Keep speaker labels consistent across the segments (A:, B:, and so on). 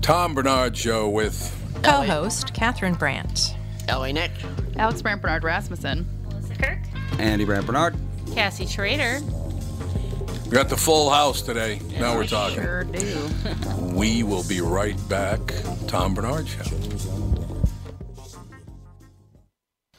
A: Tom Bernard Show with
B: Co host Catherine Brandt.
C: LA Nick.
D: Alex Brandt Bernard Rasmussen.
E: Kirk.
F: Andy Brandt Bernard.
E: Cassie Schrader.
A: we got the full house today. now we're talking.
D: Sure do.
A: We will be right back. Tom Bernard Show.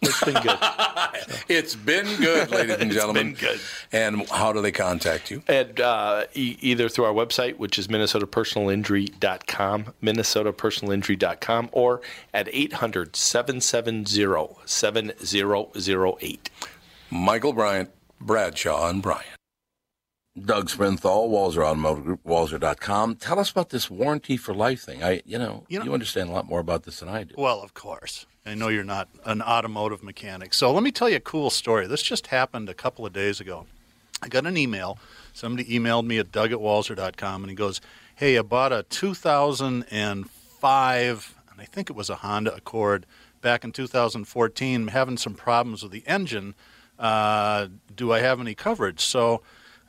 G: It's been good.
A: It's been good, ladies and gentlemen.
G: been good.
A: And how do they contact you?
G: And uh, e- either through our website, which is minnesotapersonalinjury.com, minnesotapersonalinjury.com, or at 800-770-7008.
A: Michael Bryant, Bradshaw, and Bryant.
H: Doug Sprinthal, Walzer Automotive Group, Walzer.com. Tell us about this warranty for life thing. I, you know, you,
I: You know-
H: understand a lot more about this than I do.
I: Well, of course. I know you're not an automotive mechanic. So let me tell you a cool story. This just happened a couple of days ago. I got an email. Somebody emailed me at doug at walzer.com and he goes, Hey, I bought a 2005, and I think it was a Honda Accord back in 2014, having some problems with the engine. Uh, do I have any coverage? So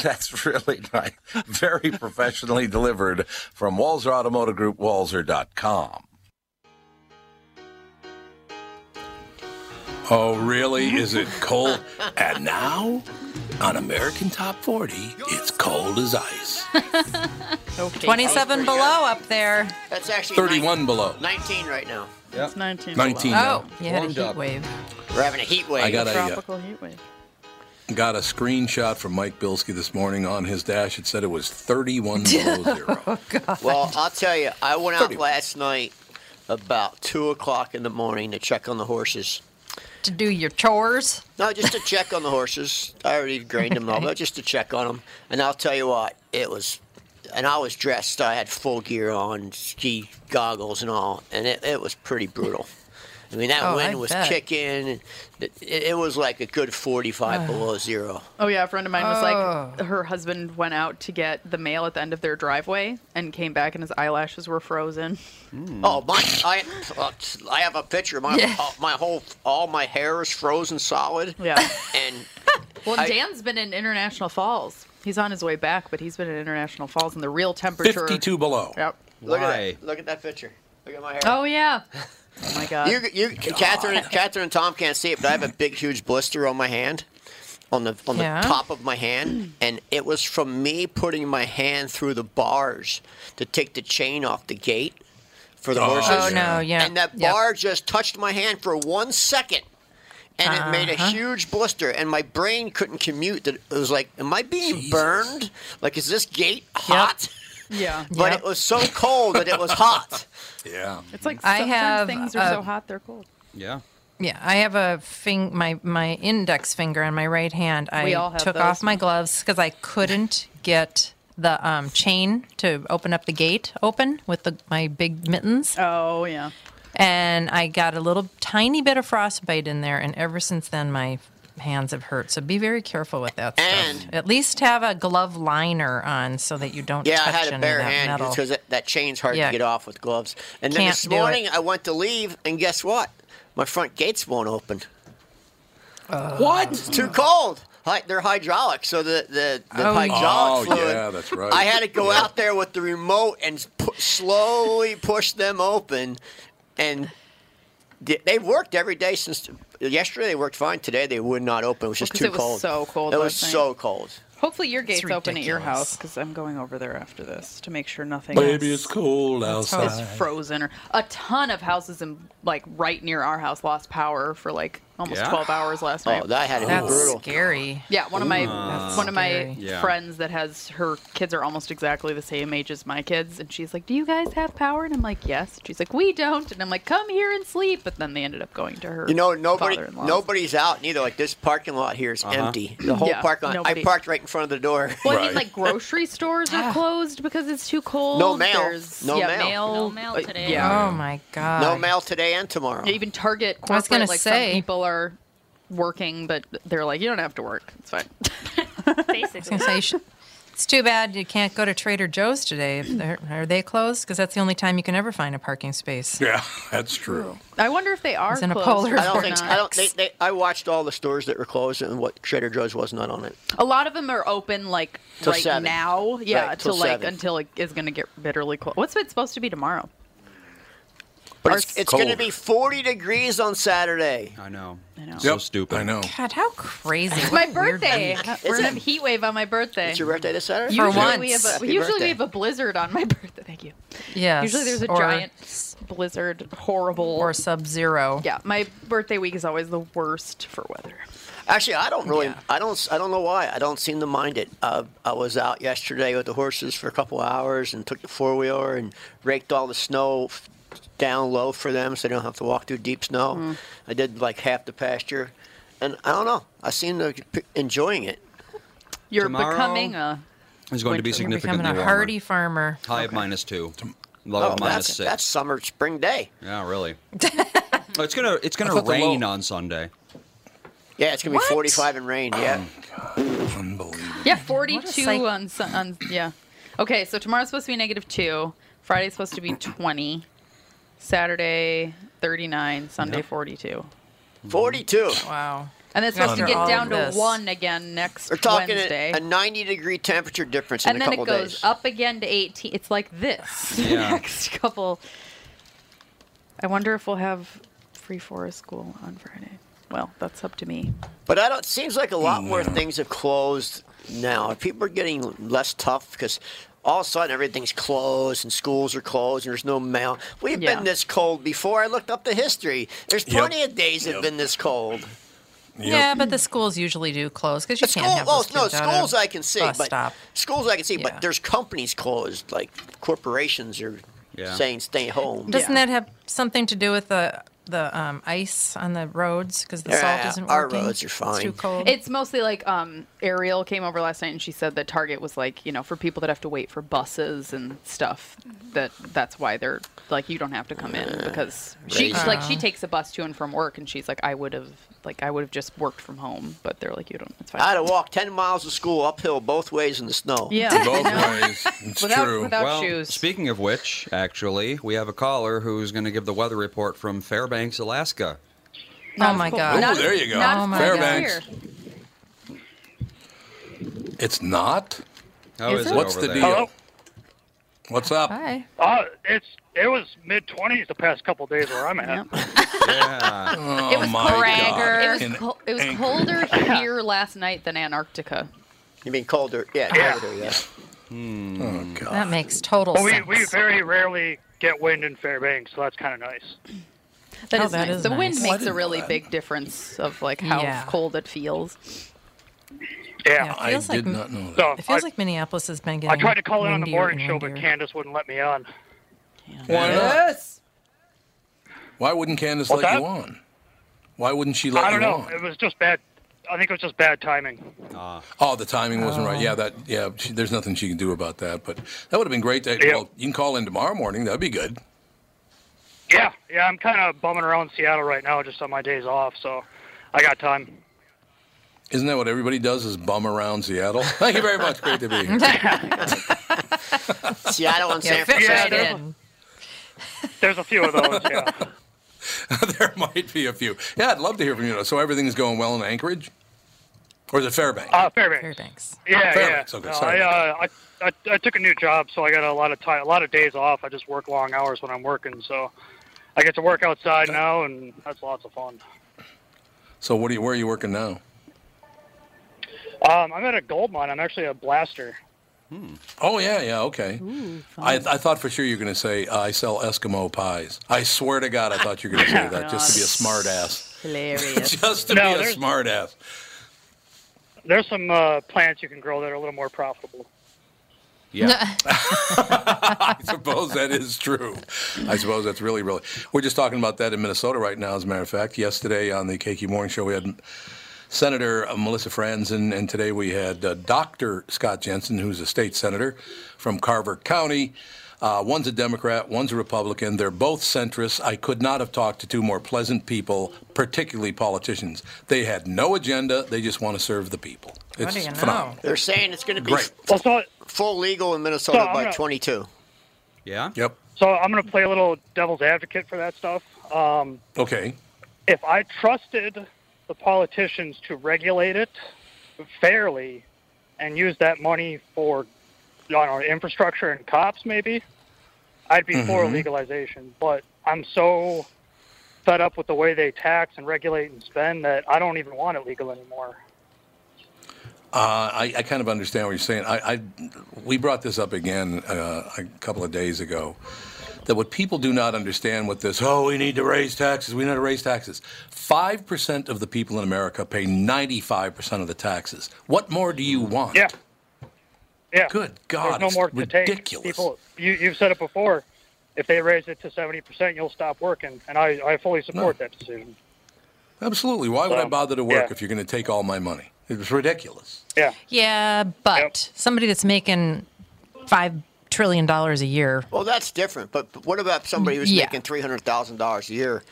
H: That's really nice. Very professionally delivered from Walzer Automotive Group, Walzer.com.
A: Oh, really? Is it cold? and now, on American Top 40, it's cold as ice.
B: 27 below up there.
C: That's actually
A: 31 below.
C: 19 right now.
D: It's 19.
A: 19.
B: Oh,
A: now.
B: you had a
F: Warmed
B: heat
F: up.
B: wave.
C: We're having a heat wave.
A: I got a, uh,
D: Tropical heat wave.
A: got a screenshot from Mike Bilski this morning on his dash. It said it was 31 below zero.
C: Well, I'll tell you, I went out last night about 2 o'clock in the morning to check on the horses.
B: to do your chores?
C: No, just to check on the horses. I already grained them all, but just to check on them. And I'll tell you what, it was, and I was dressed. I had full gear on, ski goggles and all, and it, it was pretty brutal. I mean, that
B: Oh,
C: wind
B: I
C: was
B: bet.
C: kicking. It, it was like a good 45 below zero.
D: Oh yeah, a friend of mine was like, her husband went out to get the mail at the end of their driveway and came back, and his eyelashes were frozen.
C: Oh my! I uh, I have a picture. My
B: Yeah.
C: uh, my whole all my hair is frozen solid.
D: Yeah.
C: And
D: Well,
C: I-
D: Dan's been in International Falls. He's on his way back, but he's been in International Falls, and the real temperature.
A: 52 below.
D: Yep.
C: look
E: Why?
C: at that! Look at that picture. Look at my hair.
D: Oh yeah. Oh my God.
C: You, you, Catherine, Catherine, and Tom can't see it, but I have a big, huge blister on my hand, on the on
B: Yeah.
C: the top of my hand, and it was from me putting my hand through the bars to take the chain off the gate for the horses.
B: Oh, no, yeah.
C: And that
B: Yep.
C: bar just touched my hand for one second. And it made a
B: Uh-huh.
C: huge blister, and my brain couldn't commute. That it was like, am I being burned? Like, is this gate hot?
D: yeah.
C: But
B: Yep.
C: it was so cold that it was hot.
A: Yeah.
D: It's like
B: I
D: sometimes
B: have,
D: things are
B: uh,
D: so hot they're cold.
E: Yeah.
B: Yeah, I have a fing my my index finger on my right hand. I
D: We all have
B: took
D: those.
B: off my gloves because I couldn't get the um, chain to open up the gate open with the, my big mittens,
D: Oh yeah.
B: and I got a little tiny bit of frostbite in there. And ever since then, my hands have hurt. So be very careful with that stuff.
C: And-
B: At least have a glove liner on so that you don't.
C: Yeah,
B: touch
C: I had a
B: any
C: bare
B: of that
C: hand
B: metal.
C: because that, that chain's hard
B: Yeah.
C: to get off with gloves. And then
B: Can't
C: this
B: do it.
C: morning I went to leave, and guess what? My front gates won't open.
B: Uh.
C: what? It's too cold. Hy- They're hydraulic, so the the, the
B: Oh,
C: hydraulic
A: Oh,
C: fluid.
A: yeah, that's right.
C: I had to go out there with the remote and pu- slowly push them open, and th- they worked every day since yesterday. They worked fine. Today they would not open. It was just
D: 'cause
C: too
D: it was
C: cold.
D: so cold
C: It was
D: last night.
C: so cold.
D: Hopefully your gate's open at your
B: ridiculous.
D: house because I'm going over there after this to make sure nothing.
A: Baby,
D: else
A: it's cold
D: is
A: outside.
D: frozen. Or a ton of houses in like right near our house lost power for like almost
E: Yeah.
D: 12 hours last night.
C: Oh, that had to be
B: that's
C: brutal.
B: scary.
D: Yeah, one of my one of my
B: scary.
E: Yeah.
D: friends that has her kids are almost exactly the same age as my kids, and she's like, "Do you guys have power?" And I'm like, "Yes." And she's like, "We don't," and I'm like, "Come here and sleep." But then they ended up going to her.
C: You know, nobody,
D: father-in-law's.
C: nobody's out neither. Like this parking lot here
A: Uh-huh.
C: is empty. The whole
D: Yeah,
C: parking lot.
D: nobody-
C: I parked right in front of the door.
D: Well, I
A: Right.
D: mean, like grocery stores are closed because it's too cold.
C: mail.
D: There's,
C: No
D: yeah,
C: mail.
D: mail.
F: No mail
D: uh,
F: today.
D: Yeah.
B: Oh my god.
C: no mail today and tomorrow.
D: Yeah, even Target
B: I was
D: corporate,
B: gonna
D: like
B: say.
D: some people are working, but they're like, you don't have to work. It's fine.
B: I
F: Basically.
B: was gonna say, you should- it's too bad you can't go to Trader Joe's today. If they're- Are they closed? Because that's the only time you can ever find a parking space.
A: Yeah, that's true.
D: I wonder if they are
B: It's in a
D: closed.
B: polar
D: or
C: I don't
B: or
C: think.
D: not.
C: I don't. They, they, I watched all the stores that were closed and what Trader Joe's was not on it.
D: A lot of them are open like
C: Till
D: right
C: seven.
D: now. Yeah,
C: Right,
D: till
C: till
D: like
C: seven.
D: until it is going to get bitterly cold. What's it supposed to be tomorrow?
C: But
D: Or
C: it's,
D: it's
C: it's going to
A: cold.
C: be 40 degrees on Saturday.
E: I know.
D: I know.
E: So stupid.
A: I know.
B: God, how crazy!
D: It's
B: What
D: my
B: a weird
D: birthday.
B: week.
D: We're gonna have heat wave on my birthday.
C: It's your birthday this Saturday.
D: usually
B: once.
D: we have a
C: Happy
D: usually
C: birthday.
D: we have a blizzard on my birthday. Thank you.
B: Yes.
D: Usually there's a
B: or-
D: giant blizzard, horrible.
B: or sub-zero.
D: yeah, my birthday week is always the worst for weather.
C: Actually, I don't really. I don't. I don't know why. I don't seem to mind it. Uh, I was out yesterday with the horses for a couple hours and took the four wheeler and raked all the snow f- down low for them, so they don't have to walk through deep snow. I did like half the pasture, and I don't know. I seem to be enjoying it.
D: You're
E: Tomorrow-
D: becoming a.
E: It's going to be
D: Winter. You're
B: You're
E: significantly
B: becoming a
E: warmer.
B: hardy farmer.
E: High of minus two. Low of minus
C: Oh, that's,
E: six.
C: that's summer spring day.
E: Yeah, really. Oh, it's gonna it's
A: I
E: gonna
A: thought the low-
E: rain on Sunday.
C: Yeah, it's gonna
B: What?
C: be 45 and rain. Yeah,
A: Unbelievable.
D: Yeah, 42
B: psych-
D: on, Sun- on yeah. Okay, so tomorrow's supposed to be negative 2. Friday's supposed to be 20. Saturday 39, Sunday 42.
C: 42.
B: Wow.
D: And it's supposed to
A: Under
D: get
A: all
D: down
A: of
D: to
B: this.
D: 1 again next
C: We're talking
D: Wednesday.
C: a, a 90 degree temperature difference in
D: and
C: a
D: then
C: couple
D: it goes
C: days.
D: up again to 18. It's like this.
E: Yeah.
D: next couple I wonder if we'll have free forest school on Friday. Well, that's up to me.
C: But I don't. Seems like a
A: Mm,
C: lot more things have closed now. People are getting less tough because all of a sudden everything's closed and schools are closed and there's no mail. We've
D: Yeah.
C: been this cold before. I looked up the history. There's
A: Yep.
C: plenty of days that have been this cold.
B: Yeah, but the schools usually do close because you
C: School,
B: can't have
C: oh
B: those
C: no,
B: kids out of
C: schools I can see,
B: bus
C: but
B: stop.
C: schools I can see,
B: Yeah.
C: but there's companies closed, like corporations are
E: Yeah.
C: saying stay home.
B: Doesn't that have something to do with the the um, ice on the roads because the
C: Yeah,
B: salt isn't
C: our
B: working.
C: roads are
B: It's too
C: fine.
B: cold.
D: It's mostly like um, Ariel came over last night and she said that Target was like, you know, for people that have to wait for buses and stuff. That that's why they're like, you don't have to come in because she
C: Racist.
D: like she
C: Uh.
B: Uh-huh.
D: takes a bus to and from work and she's like, I would have like I would have just worked from home, but they're like, you don't. It's fine.
C: I had to walk 10 miles to school uphill both ways in the snow.
D: Yeah. Both No.
C: ways.
D: It's Without- true. without
E: well,
D: shoes.
E: Speaking of which, actually, we have a caller who's going to give the weather report from Fairbanks, Alaska.
B: oh my God.
E: Ooh, there you go.
D: Not as cold as
E: Fairbanks.
D: here.
A: It's not.
E: How Is is it it?
A: What's
E: over
A: the
E: there?
A: deal?
E: Hello?
A: What's up?
F: Uh, it's it was mid twenties the past couple days where I'm at.
A: Yeah.
D: it was colder.
A: God.
D: It was,
A: In
D: col- it was
A: Anchorage.
D: colder here last night than Antarctica.
C: You mean colder? Yeah,
D: Yeah.
C: colder, yeah.
A: Oh, God.
B: That makes total
F: Well, we,
B: sense.
F: we very rarely get wind in Fairbanks, so that's kind of nice.
D: That
B: Oh,
D: is
B: that
D: nice.
B: is
D: the wind
B: nice. I
D: makes a
B: didn't
D: really
B: know that.
D: big difference of like how
B: Yeah.
D: cold it feels.
F: Yeah,
B: it feels like,
F: So
B: It feels
F: I,
B: like Minneapolis has been getting.
F: I tried to call in on the
B: windier
F: morning
B: and
F: show, but
B: windier.
F: Candace wouldn't let me on.
A: Why not? Why wouldn't Candace
F: What's
A: let
F: that?
A: you on? Why wouldn't she let
F: I don't
A: you
F: know.
A: on?
F: It was just bad. I think it was just bad timing.
E: Ah.
A: Oh, the timing wasn't right. Yeah, that. Yeah, she, there's nothing she can do about that. But that would have been great. To, Well, you can call in tomorrow morning. That'd be good.
F: Yeah, yeah. I'm kind of bumming around Seattle right now, just on my days off, so I got time.
A: Isn't that what everybody does? Is bum around Seattle? Thank you very much. Great to be here.
C: Seattle and
F: Yeah,
C: San
F: fit
C: Francisco.
F: right in. There's a few of those. Yeah.
A: there might be a few. Yeah, I'd love to hear from you. So everything's going well in Anchorage, or is it Fairbanks?
F: Uh, Fairbanks.
B: Fairbanks.
F: Yeah,
A: Fairbanks,
F: yeah.
A: okay,
F: No,
A: sorry
F: I, uh, I, I I took a new job, so I got a lot of time, a lot of days off. I just work long hours when I'm working, so I get to work outside now, and that's lots of fun.
A: so what are you? Where are you working now?
F: Um, I'm at a gold mine. I'm actually a blaster.
A: Oh yeah, yeah, okay. I, I thought for sure you were going to say I sell Eskimo pies. I swear to God, I thought you were going to say that just to be a smart ass.
D: Hilarious.
A: just to
F: No,
A: be a
F: there's-
A: smart ass.
F: There's some uh, plants you can grow that are a little more profitable.
A: Yeah. I suppose that is true. I suppose that's really, really. We're just talking about that in Minnesota right now, as a matter of fact. Yesterday on the KQ Morning Show, we had Senator uh, Melissa Franzen, and, today we had uh, Dr. Scott Jensen, who's a state senator from Carver County. Uh, one's a Democrat, one's a Republican. They're both centrists. I could not have talked to two more pleasant people, particularly politicians. They had no agenda, they just want to serve the people. It's phenomenal.
C: They're saying it's going to be
A: Great.
C: full legal in Minnesota
F: So I'm
C: by
F: gonna-
C: 22.
E: Yeah.
A: Yep.
F: So I'm going to play a little devil's advocate for that stuff. Um,
A: Okay.
F: if I trusted the politicians to regulate it fairly and use that money for I don't know, infrastructure and cops, maybe, I'd be for
A: Mm-hmm.
J: Mhm.
F: legalization. But I'm so fed up with the way they tax and regulate and spend that I don't even want it legal anymore.
A: Uh, I, I kind of understand what you're saying. I, I we brought this up again uh, a couple of days ago. That what people do not understand with this, oh, we need to raise taxes, we need to raise taxes. Five percent of the people in America pay ninety-five percent of the taxes. What more do you want? Yeah.
F: Yeah.
A: Good God,
F: There's
A: it's
F: no more
A: ridiculous.
F: to take. People, you, you've said it before. If they raise it to 70%, you'll stop working. And I, I fully support that decision.
A: Absolutely. Why would I bother to work
F: yeah.
A: if you're going to take all my money? It's ridiculous.
F: Yeah.
B: Yeah, but somebody that's making five trillion dollars a year.
C: Well, that's different. But, but what about somebody who's
B: Yeah.
C: making $300,000 a year?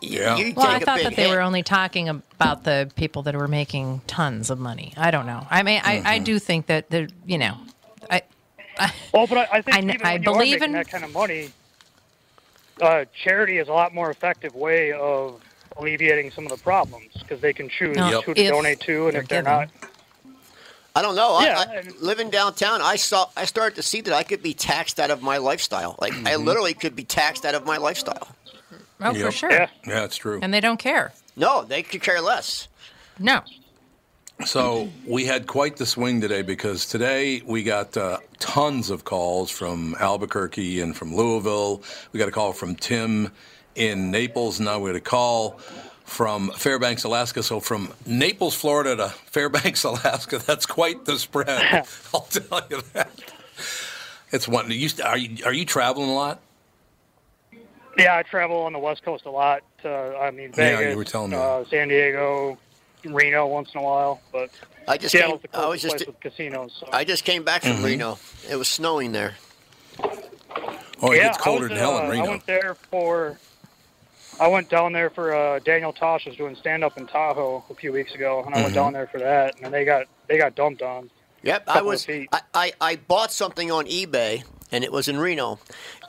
A: Yeah.
C: You
B: Well,
C: take
B: I
C: a
B: thought
C: big
B: that they
C: hit.
B: were only talking about the people that were making tons of money. I don't know. I mean, I, I
A: Mm-hmm.
B: do think that the you know, I. I
F: well, but I think
B: I, kn-
F: even
B: I
F: when you are
B: believe
F: making
B: in.
F: that kind of money, uh, charity is a lot more effective way of alleviating some of the problems because they can choose
C: Yep.
F: who to
C: If
F: donate to, and if they're not,
C: I don't know.
F: Yeah,
C: I, I, living downtown, I saw I started to see that I could be taxed out of my lifestyle. Like I literally could be taxed out of my lifestyle.
B: Mm-hmm. Oh, for
C: Yep.
B: sure.
C: Yeah.
A: Yeah, it's true.
B: And they don't care.
C: No, they could care less.
B: No.
A: So we had quite the swing today because today we got uh, tons of calls from Albuquerque and from Louisville. We got a call from Tim in Naples. Now we got a call from Fairbanks, Alaska. So from Naples, Florida to Fairbanks, Alaska, that's quite the spread. I'll tell you that. It's one. You, are you are you traveling a lot?
F: Yeah, I travel on the West Coast a lot. Uh, I mean,
A: Yeah, you
F: Vegas,
A: were telling me
F: uh, San Diego, Reno once in a while, but
C: I just
F: Seattle's
C: came-
F: the
C: I was
F: closest
C: just-
F: place with casinos. So.
C: I just came back from
A: Mhm.
C: Reno. It was snowing there.
A: Oh, it
F: yeah,
A: gets colder
F: I was,
A: than hell in
F: uh, I
A: Reno.
F: went there for. I went down there for uh, Daniel Tosh was doing stand up in Tahoe a few weeks ago, and I
A: Mm-hmm.
C: Mhm.
F: went down there for that, and they got they got dumped on.
C: Yep, I
F: Couple of
C: was. I,
F: feet.
C: I, I bought something on eBay, and it was in Reno,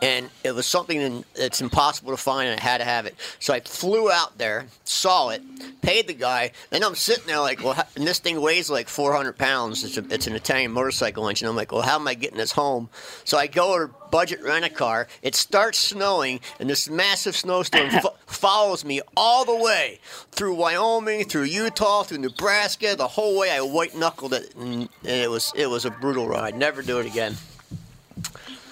C: and it was something in- that's impossible to find, and I had to have it. So I flew out there, saw it, paid the guy, and I'm sitting there like, well, how, and this thing weighs like 400 pounds. It's, a, it's an Italian motorcycle engine. I'm like, well, how am I getting this home? So I go to budget rent a car. It starts snowing, and this massive snowstorm fo- follows me all the way through Wyoming, through Utah, through Nebraska. The whole way, I white knuckled it, and and it was it was a brutal ride. Never do it again.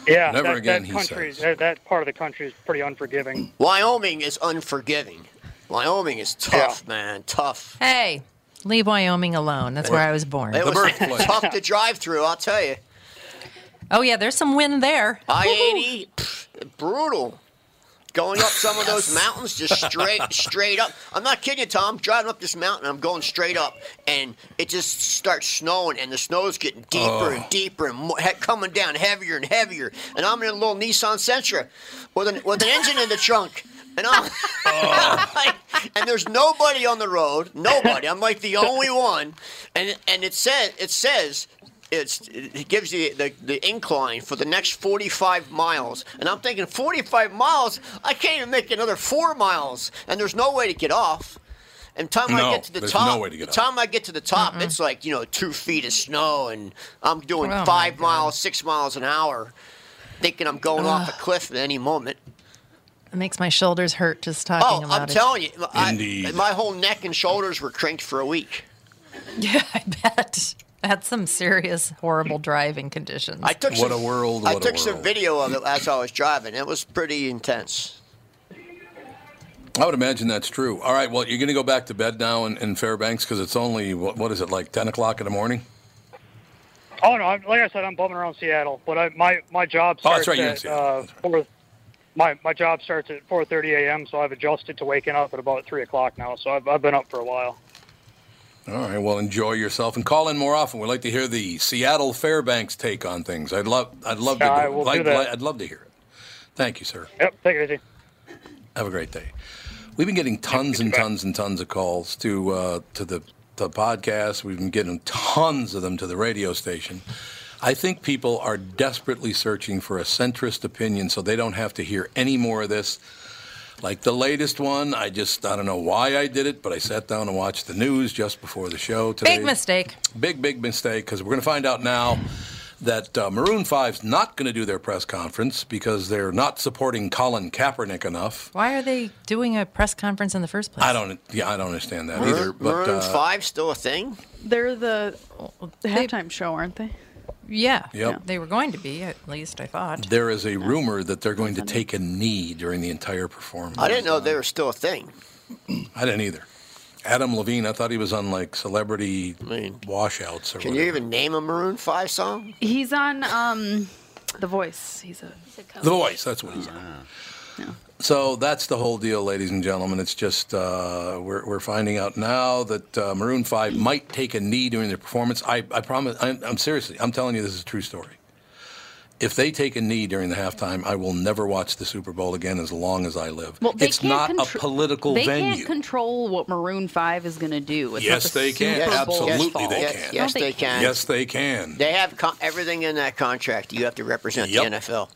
F: Yeah,
C: Never
F: that,
C: again,
F: That
C: he
F: country, that, that part of the country is pretty unforgiving.
C: Wyoming is unforgiving. Wyoming is tough, man, tough.
B: Hey, leave Wyoming alone. That's where I was born.
C: It was tough to drive through. I'll tell you.
B: Oh yeah, there's some wind there.
C: I eighty, brutal. Going up some of those mountains, just straight, straight up. I'm not kidding you, Tom. Driving up this mountain, I'm going straight up, and it just starts snowing, and the snow's getting deeper and deeper, and more, he- coming down heavier and heavier. And I'm in a little Nissan Sentra with an with an engine in the trunk, and I'm and there's nobody on the road. Nobody. I'm like the only one. And and it says it says it's it gives you the, the incline for the next 45 miles. And I'm thinking 45 miles. I can't even make another four miles. And there's no way to get off. And time
A: No,
C: I get to the
A: there's
C: top,
A: no way to get
C: the time I get to the top, it's like you know two feet of snow, and I'm doing
B: Oh, my
C: five miles, six miles an hour, thinking I'm going off a cliff at any moment.
B: It makes my shoulders hurt just talking
C: oh,
B: about
C: I'm
B: it.
C: telling you, I-
B: Indeed.
C: my whole neck and shoulders were cranked for a week.
B: That's some serious horrible driving conditions.
C: I took some, I took some video of it as I was driving. It was pretty intense.
A: I would imagine that's true. All right, well, you're going to go back to bed now in, in Fairbanks because it's only, what, what is it, like 10 o'clock in the morning?
F: Oh no! I'm, like I said, I'm bumming around Seattle, but I, my my job
A: Oh, that's
F: starts
A: right, you're in
F: at uh, four. My my job starts at 4:30 a.m. So I've adjusted to waking up at about three o'clock now. So I've I've been up for a while.
A: All right, well, enjoy yourself and call in more often. We'd like to hear the Seattle Fairbanks take on things. I'd love, I'd love to,
F: Yeah,
A: do
F: I
A: it.
F: will
A: Like-
F: do that.
A: like- I'd love to hear it. Thank you, sir.
F: Yep, take it easy.
A: Have a great day. We've been getting tons and tons and tons of calls to uh, to the to the podcast. We've been getting tons of them to the radio station. I think people are desperately searching for a centrist opinion so they don't have to hear any more of this. Like the latest one, I just I don't know why I did it, but I sat down and watched the news just before the show today.
B: Big mistake.
A: Big, big mistake because we're going to find out now that uh, Maroon 5's not going to do their press conference because they're not supporting Colin Kaepernick enough.
B: Why are they doing a press conference in the first place?
A: I don't, yeah, I don't understand that
C: Maroon-
A: either. But
C: Maroon
A: uh,
C: Five still a thing?
D: They're the halftime show, aren't they?
B: Yeah.
C: Oh.
A: Yep.
B: They were going to be, at least I thought.
A: there is a rumor that they're going to take a knee during the entire performance.
C: I didn't know they were still a thing.
A: I didn't either. Adam Levine, I thought he was on like celebrity washouts or
C: Can
A: whatever.
C: you even name a Maroon Five song?
D: He's on um, The Voice. He's a.
A: The Voice, that's what he's on.
D: Uh-huh.
A: So that's the whole deal, ladies and gentlemen. It's just uh, we're, we're finding out now that uh, Maroon Five might take a knee during their performance. I, I promise. I'm, I'm seriously. I'm telling you, this is a true story. If they take a knee during the halftime, I will never watch the Super Bowl again as long as I live.
D: Well, they
A: it's
D: can't
A: not
D: contr-
A: a political
D: they
A: venue.
D: can't control what Maroon Five is going to do. It's not
A: yes,
D: the
A: they can.
D: Super Bowl's
A: Absolutely,
D: fault.
A: they
C: Yes,
A: can.
C: yes, No, they they can. can.
A: Yes, they can.
C: They have con- everything in that contract. You have to represent
A: Yep.
C: the NFL.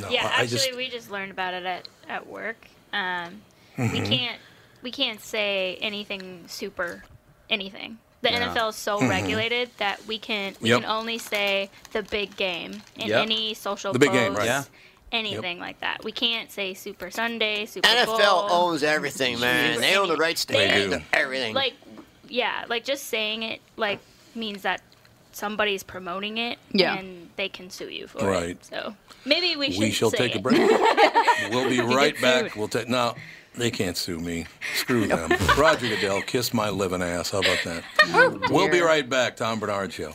A: No,
J: yeah,
A: I- I
J: actually,
A: just-
J: we just learned about it at, at work. Um, We
A: Mhm.
J: can't we can't say anything super anything. The
A: Yeah.
J: NFL is so
A: Mhm.
J: regulated that we can we
A: Yep.
J: can only say the big game in
C: Yep.
J: any social
C: The big game,
J: posts,
C: right. Yeah.
J: anything like that. We can't say Super Sunday, Super Bowl.
C: NFL owns everything, man.
J: Super
C: They own the rights to
J: They-
C: everything. everything.
J: Like yeah, like just saying it like means that somebody's promoting it
A: Yeah.
J: and they can sue you for it.
A: Right.
J: So maybe we should
A: we shall
J: say
A: take
J: it.
A: a break. we'll be right back. We'll take no. They can't sue me. Screw them. Roger Goodell, kiss my living ass. How about that?
D: Oh,
A: we'll be right back. Tom Bernard Show.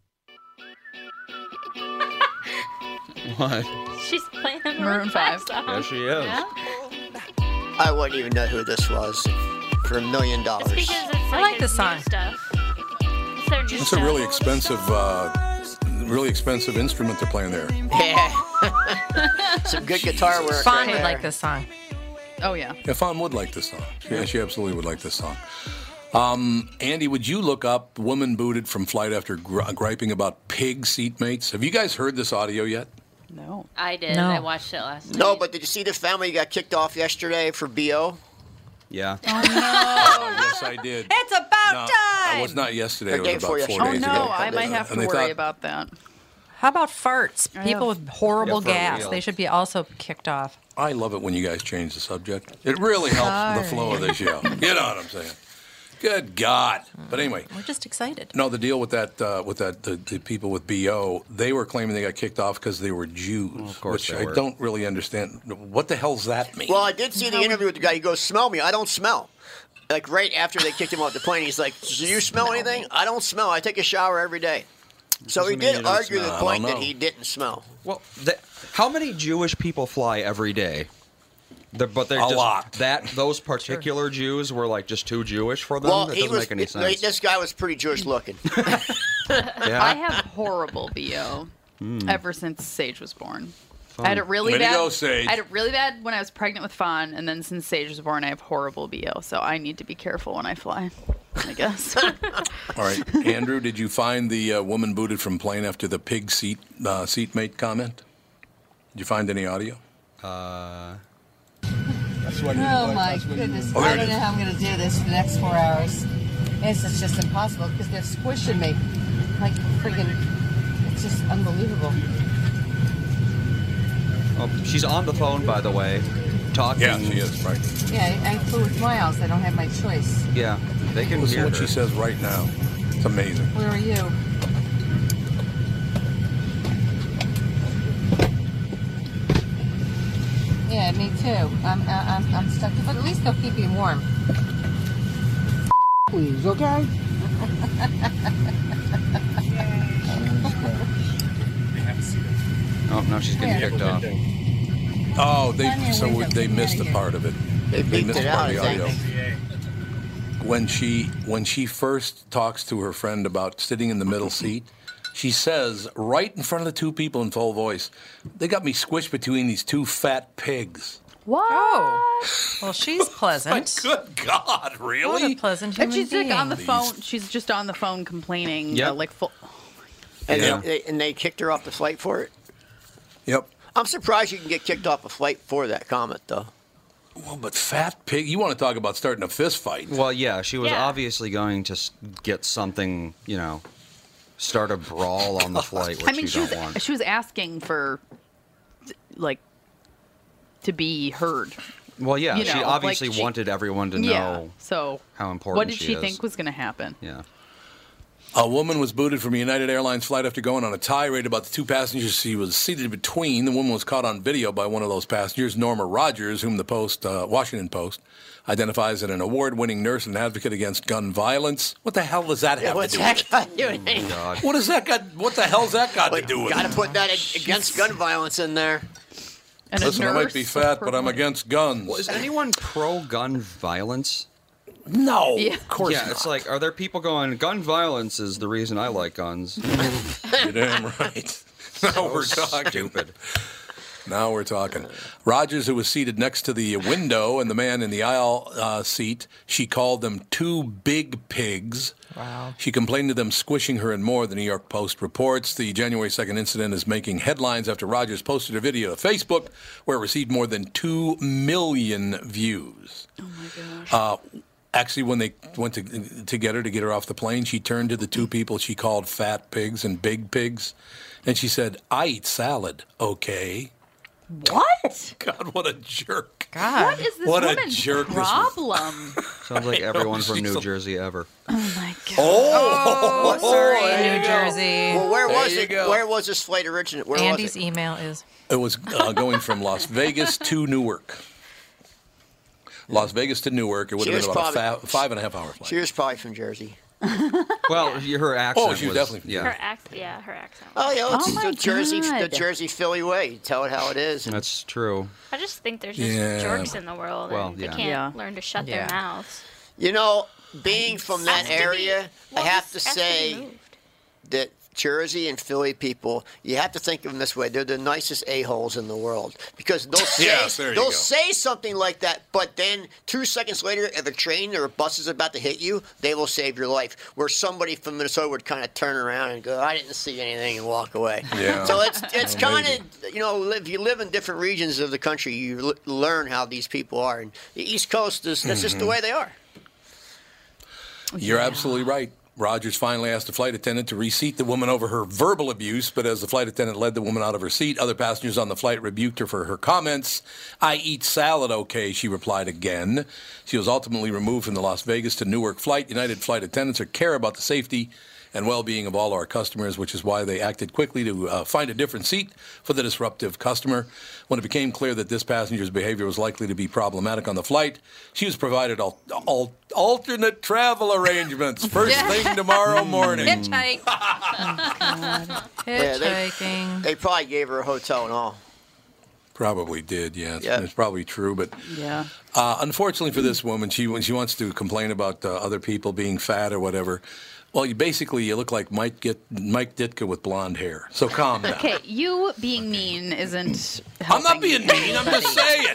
E: What?
J: She's playing the
D: Maroon five.
E: There she is.
C: I wouldn't even know who this was for a million
J: It's
C: dollars.
J: because it's like,
B: like the
J: their
B: song.
J: new stuff. It's their new
A: It's
J: stuff.
A: a really expensive, uh, really expensive instrument they're playing there.
C: Yeah. Some good guitar work.
B: Fawn
C: right
B: would
C: there.
B: like this song.
D: Oh yeah.
A: Yeah, Fawn would like this song. Yeah, she absolutely would like this song. Um, Andy, would you look up "Woman Booted from Flight After gri- Griping About Pig Seatmates"? Have you guys heard this audio yet?
D: No.
J: I did.
A: No.
J: I watched it last night.
C: No, but did you see the family got kicked off yesterday for BO?
E: Yeah.
A: Oh,
B: Ah,
A: yes, I did.
B: It's about
A: No,
B: time.
A: It was not yesterday.
C: Or
A: It was
C: day
A: about
C: before
A: four days ago.
C: yesterday. Oh, no,
D: I might have to
A: And they
D: worry
A: thought-
D: about that.
B: How about farts?
D: Yeah.
B: People with horrible
A: Yeah, for
B: gas.
A: real.
B: They should be also kicked off.
A: I love it when you guys change the subject. It really helps the flow of the show. You know what I'm saying? Good God! But anyway,
B: We're just excited.
A: No, the deal with that, uh, with that, the, the people with BO, they were claiming they got kicked off because they were Jews, of
E: course
A: which
E: they
A: I
E: were.
A: don't really understand. What the hell's that mean?
C: Well, I did see the interview with the guy. He goes, "Smell me. I don't smell." Like right after they kicked him off the plane, he's like, "Do you smell, anything? I don't smell. I take a shower every day." So he
E: Doesn't mean
C: did
E: you don't
C: argue the
E: smell. I
C: point
E: don't
C: that
E: know.
C: he didn't smell.
E: Well, the, how many Jewish people fly every day? They're, but they're
C: A
E: just,
C: lot.
E: That those particular Jews were like just too Jewish for them.
C: well,
E: that
C: he
E: doesn't
C: was.
E: make any
C: it- wait,
E: sense.
C: this guy was pretty Jewish looking.
E: Yeah.
D: I have horrible BO
E: Hmm.
D: ever since Sage was born.
E: Fun.
D: I had it really
E: Way to
D: bad.
E: go, Sage.
D: I had it really bad when I was pregnant with Fawn, and then since Sage was born, I have horrible BO. So I need to be careful when I fly. I guess.
A: All right, Andrew, did you find the uh, woman booted from plane after the pig seat uh, seatmate comment? Did you find any audio? Uh,
K: Oh my goodness.
A: Oh, there
K: I
A: it
K: don't
A: is.
K: know how I'm going to do this for the next four hours. This is just impossible because they're squishing me. Like freaking. It's just unbelievable.
E: Oh, she's on the phone, by the way, talking. Yeah, she
A: is right.
K: Yeah, I I flew with miles. I don't have my choice.
E: Yeah, they can
A: Listen
E: hear
A: what
E: her.
A: she says right now. It's amazing.
K: Where are you? Yeah, me too. I'm, I- I'm, I'm stuck. But at least they'll keep you warm.
L: Please, okay?
E: Oh, now she's getting
K: Yeah.
E: kicked off.
A: Oh, they so they missed a part of it. They,
C: beeped
A: missed
C: it
A: part of the
C: out, I
A: audio.
C: think.
A: When she when she first talks to her friend about sitting in the middle seat, she says right in front of the two people in full voice, "They got me squished between these two fat pigs."
D: Whoa.
B: Oh. Well, she's pleasant.
A: good God, really?
B: What a pleasant human
D: and she's like on the
B: being.
D: phone. She's just on the phone complaining.
C: Yep.
D: uh, like full.
C: And,
A: Yeah.
C: they, they, and they kicked her off the flight for it.
A: Yep.
C: I'm surprised you can get kicked off a flight for that comment, though.
A: Well, but fat pig, you want to talk about starting a fist fight?
E: Well, yeah, she was
A: Yeah.
E: obviously going to s- get something, you know, start a brawl on the flight, which
D: I mean,
E: you
D: she
E: don't
D: was,
E: want.
D: she was asking for, like, to be heard.
E: Well, yeah,
D: you know,
E: she
D: like,
E: obviously
D: she-
E: wanted everyone to know
D: yeah. So,
E: how important
D: what did
E: she
D: she
E: is.
D: think was going to happen?
E: Yeah.
A: A woman was booted from a United Airlines flight after going on a tirade about the two passengers she was seated between. The woman was caught on video by one of those passengers, Norma Rogers, whom the Post, uh, Washington Post, identifies as an award-winning nurse and advocate against gun violence. What the hell does that have
C: What's
A: to do? with it?
C: that got to do
E: Oh,
C: with it?
A: What does that got? What the hell's that got to do with
C: Got to
A: it?
C: put that ag- against gun violence in there.
D: And
A: Listen, I might be fat, but I'm against guns.
E: Well, is anyone pro gun violence?
A: No,
D: Yeah.
A: of course
E: Yeah,
A: not.
E: it's like, are there people going, gun violence is the reason I like guns?
A: You're damn right. Now we're talking.
E: Stupid.
A: Now we're talking. Rogers, who was seated next to the window, and the man in the aisle uh, seat, she called them two big pigs.
B: Wow.
A: She complained to them squishing her and more, the New York Post reports. The January 2nd incident is making headlines after Rogers posted a video to Facebook where it received more than 2 million views.
D: Oh,
A: Uh, actually, when they went to, to get her to get her off the plane, she turned to the two people she called fat pigs and big pigs, and she said, "I eat salad, okay."
D: What?
A: God, what a jerk!
D: What is this
A: What a
D: woman's
A: jerk this was.
D: problem?
E: Sounds like
A: I know,
E: everyone from
A: she's
E: New
A: so-
E: Jersey ever.
C: Oh,
B: sorry,
C: there
B: New
C: you go.
B: Jersey.
C: Well, where
B: There
C: was
B: you
C: it?
B: go.
C: Where was this flight originated? Where
B: Andy's
C: was it?
B: email is
A: It was uh, going from Las Vegas to Newark. Las Vegas to Newark. It would
C: She
A: have
C: was
A: been about a
C: probably-
A: fa- five and a half hour flight.
C: She was probably from Jersey.
E: Well, you- her accent
A: she
E: was
A: was Oh, definitely-
E: yeah.
J: Her accent, yeah, her accent.
C: Oh yeah, it's
J: Oh my
C: the Jersey, the
J: God.
C: Jersey Philly way. You tell it how it is.
E: That's true.
J: I just think there's just
C: Yeah.
J: jerks in the world,
C: Well,
J: and
C: yeah.
J: they can't
C: Yeah.
J: learn to shut
C: Yeah.
J: their mouths.
C: You know, being from that
J: Has to be-
C: area, I
J: well,
C: have
J: he's-
C: to
J: has be
C: say
J: moved.
C: that Jersey and Philly people, you have to think of them this way: they're the nicest a holes in the world because they'll say
A: Yes, there you
C: they'll
A: go.
C: say something like that, but then two seconds later, if a train or a bus is about to hit you, they will save your life. Where somebody from Minnesota would kind of turn around and go, "I didn't see anything," and walk away.
L: Yeah.
C: So it's it's
L: Well,
C: kind
L: maybe.
C: of you know if you live in different regions of the country, you l- learn how these people are, and the East Coast is that's just the
A: Mhm.
C: way they are.
A: You're absolutely right. Rogers finally asked the flight attendant to reseat the woman over her verbal abuse, but as the flight attendant led the woman out of her seat, other passengers on the flight rebuked her for her comments. I eat salad, okay, she replied again. She was ultimately removed from the Las Vegas to Newark flight. United flight attendants are care about the safety and well being of all our customers, which is why they acted quickly to uh, find a different seat for the disruptive customer. When it became clear that this passenger's behavior was likely to be problematic on the flight, she was provided al- al- alternate travel arrangements first thing tomorrow morning.
B: Hitchhike. Oh,
C: Yeah, they-
B: Hitchhiking.
C: They probably gave her a hotel and all.
A: Probably did, yeah. It's, it's probably true, but
D: Yeah.
A: Uh, unfortunately for this woman, she when she wants to complain about uh, other people being fat or whatever, well, you basically you look like Mike get Mike Ditka with blonde hair. So calm down.
D: Okay, you being mean isn't.
A: I'm not being mean. I'm just saying.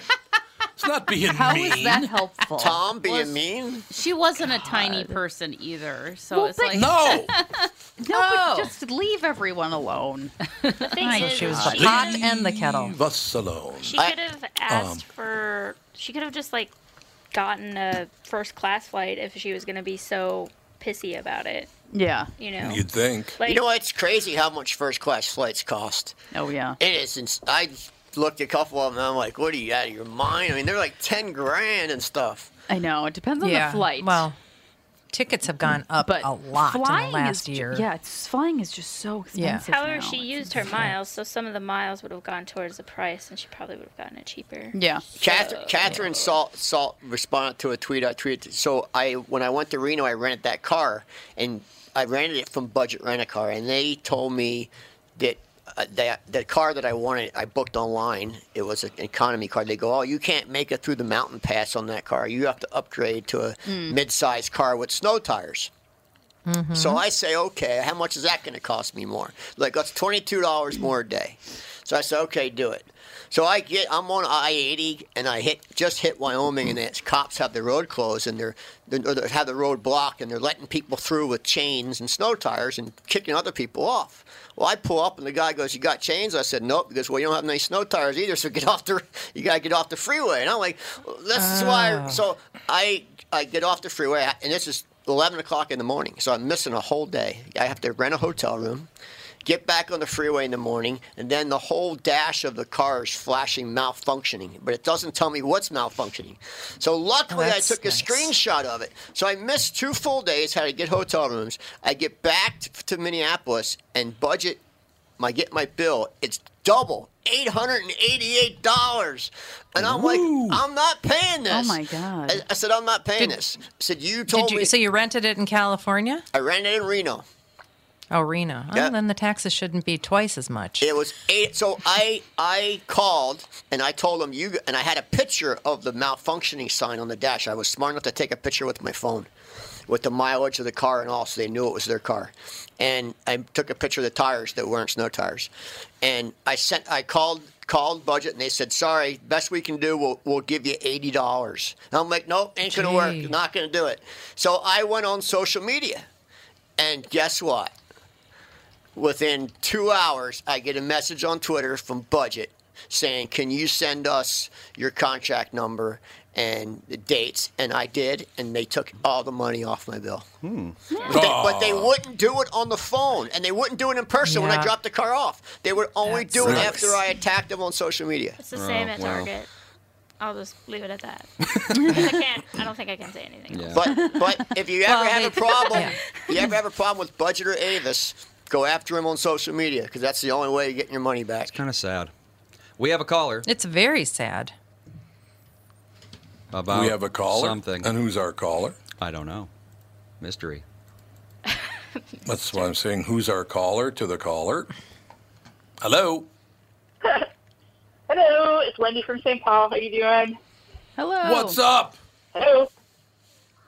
A: It's not being
D: How
A: mean.
D: is that helpful?
C: Tom being mean?
M: She wasn't a tiny person either, so
D: Well,
M: it's
D: but-
M: like
A: No.
D: No, but just leave everyone alone.
J: is,
B: she was the pot and the kettle.
A: Us alone.
J: She could have
C: Um.
H: um,
J: asked for. She could have just like gotten a first class flight if she was going to be so pissy about it.
D: Yeah.
J: You know.
A: You'd think.
J: Like-
C: you know what? It's crazy how much first class flights cost.
D: Oh yeah.
C: It is. ins- I looked at a couple of them. and I'm like, what are you out of your mind? I mean, they're like ten grand and stuff.
D: I know. It depends on
B: Yeah,
D: the flight.
B: Well, tickets have gone up a lot in the
D: flying is
B: last
D: ju-
B: year.
D: yeah, it's, flying is just so expensive.
J: However,
D: now.
J: she
D: It's
J: used her
D: insane.
J: miles, so some of the miles would have gone towards the price, and she probably would have gotten it cheaper.
C: Catherine, Catherine Salt Salt responded to a tweet I tweeted. So I when I went to Reno, I rented that car, and I rented it from Budget Rent a Car, and they told me that. Uh, that the car that I wanted, I booked online. It was an economy car. They go, oh, you can't make it through the mountain pass on that car. You have to upgrade to a
L: Mm.
C: mid-sized car with snow tires. So I say, okay, how much is that going to cost me more? Like, that's $22 more a day. So I say, okay, do it. So I get, I'm on I-80 and I hit, just hit Wyoming, and it's cops have the road closed and they're, they or they have the road blocked, and they're letting people through with chains and snow tires and kicking other people off. Well, I pull up and the guy goes, "You got chains?" I said, "Nope." He goes, "Well, you don't have any snow tires either, so get off the, you gotta get off the freeway." And I'm like, well, "That's why."
L: Ah.
C: So I, I get off the freeway, and this is 11 o'clock in the morning, so I'm missing a whole day. I have to rent a hotel room get back on the freeway in the morning, and then the whole dash of the car is flashing malfunctioning, but it doesn't tell me what's malfunctioning. So luckily, I
L: that's
C: took a screenshot of it. So I missed two full days, had to get hotel rooms. I get back t- to Minneapolis and budget my get my bill. It's double. Eight hundred and eighty-eight dollars, and I'm like, I'm not paying this.
D: Oh, my God.
C: I, I said, I'm not paying
B: Did-
C: this. I said, you told
B: Did you,
C: me.
B: so you rented it in California?
C: I rented it in Reno.
B: Oh, Reno. Oh,
C: Yeah.
B: then the taxes shouldn't be twice as much.
C: It was eight. So I I called and I told them you and I had a picture of the malfunctioning sign on the dash. I was smart enough to take a picture with my phone, with the mileage of the car and all, so they knew it was their car. And I took a picture of the tires that weren't snow tires, and I sent I called called budget and they said sorry best we can do we'll, we'll give you $80 and i'm like nope ain't gonna
L: Gee.
C: work not gonna do it so i went on social media and guess what Within two hours, I get a message on Twitter from Budget saying, Can you send us your contract number and the dates? And I did, and they took all the money off my bill. But, they, but they wouldn't do it on the phone, and they wouldn't do it in person when I
L: Yeah.
C: dropped the car off. They would only do it
L: That's-
C: after I attacked them on social media.
J: It's the same at Target. I'll just leave it at that. 'Cause I can't. I don't think I can say anything. else.
C: But but if you ever have a problem, you ever have a problem with Budget or Avis, go after him on social media because that's the only way you're getting your money back. It's
E: kind of sad. We have a caller
B: It's very sad.
E: about
H: we have a caller.
E: something.
H: And who's our caller?
E: I don't know. Mystery.
H: That's why I'm saying who's our caller to the caller. Hello.
N: Hello, it's Wendy from St. Paul. How you doing? Hello.
H: What's up?
N: Hello.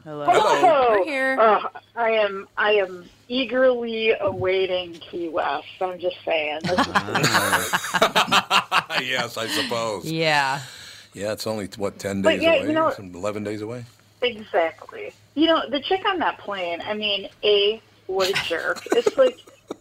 D: Hello.
N: Hello.
D: We're here.
N: Uh, I am. I am eagerly awaiting Key West. I'm just saying. This is-
H: yes, I suppose.
B: Yeah.
H: Yeah, it's only what ten
N: But
H: days
N: yeah,
H: away,
N: you know-
H: or some eleven days away.
N: exactly. You know, the chick on that plane. I mean, a what a jerk. It's like,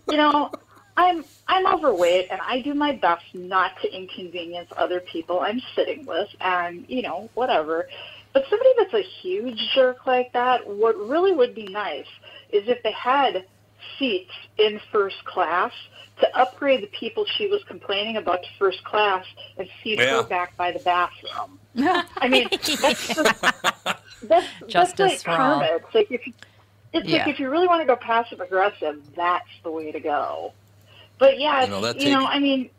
N: you know, I'm I'm overweight and I do my best not to inconvenience other people I'm sitting with, and you know, whatever. But somebody that's a huge jerk like that, what really would be nice is if they had seats in first class to upgrade the people she was complaining about to first class and seat
L: Yeah.
N: her back by the bathroom. I mean, that's just, that's, that's
L: Justice
N: like
L: for all.
N: karma. It's like if you, it's
L: Yeah.
N: like if you really want to go passive aggressive, that's the way to go. But yeah,
L: You know, that
N: you know,
L: take-
N: I mean,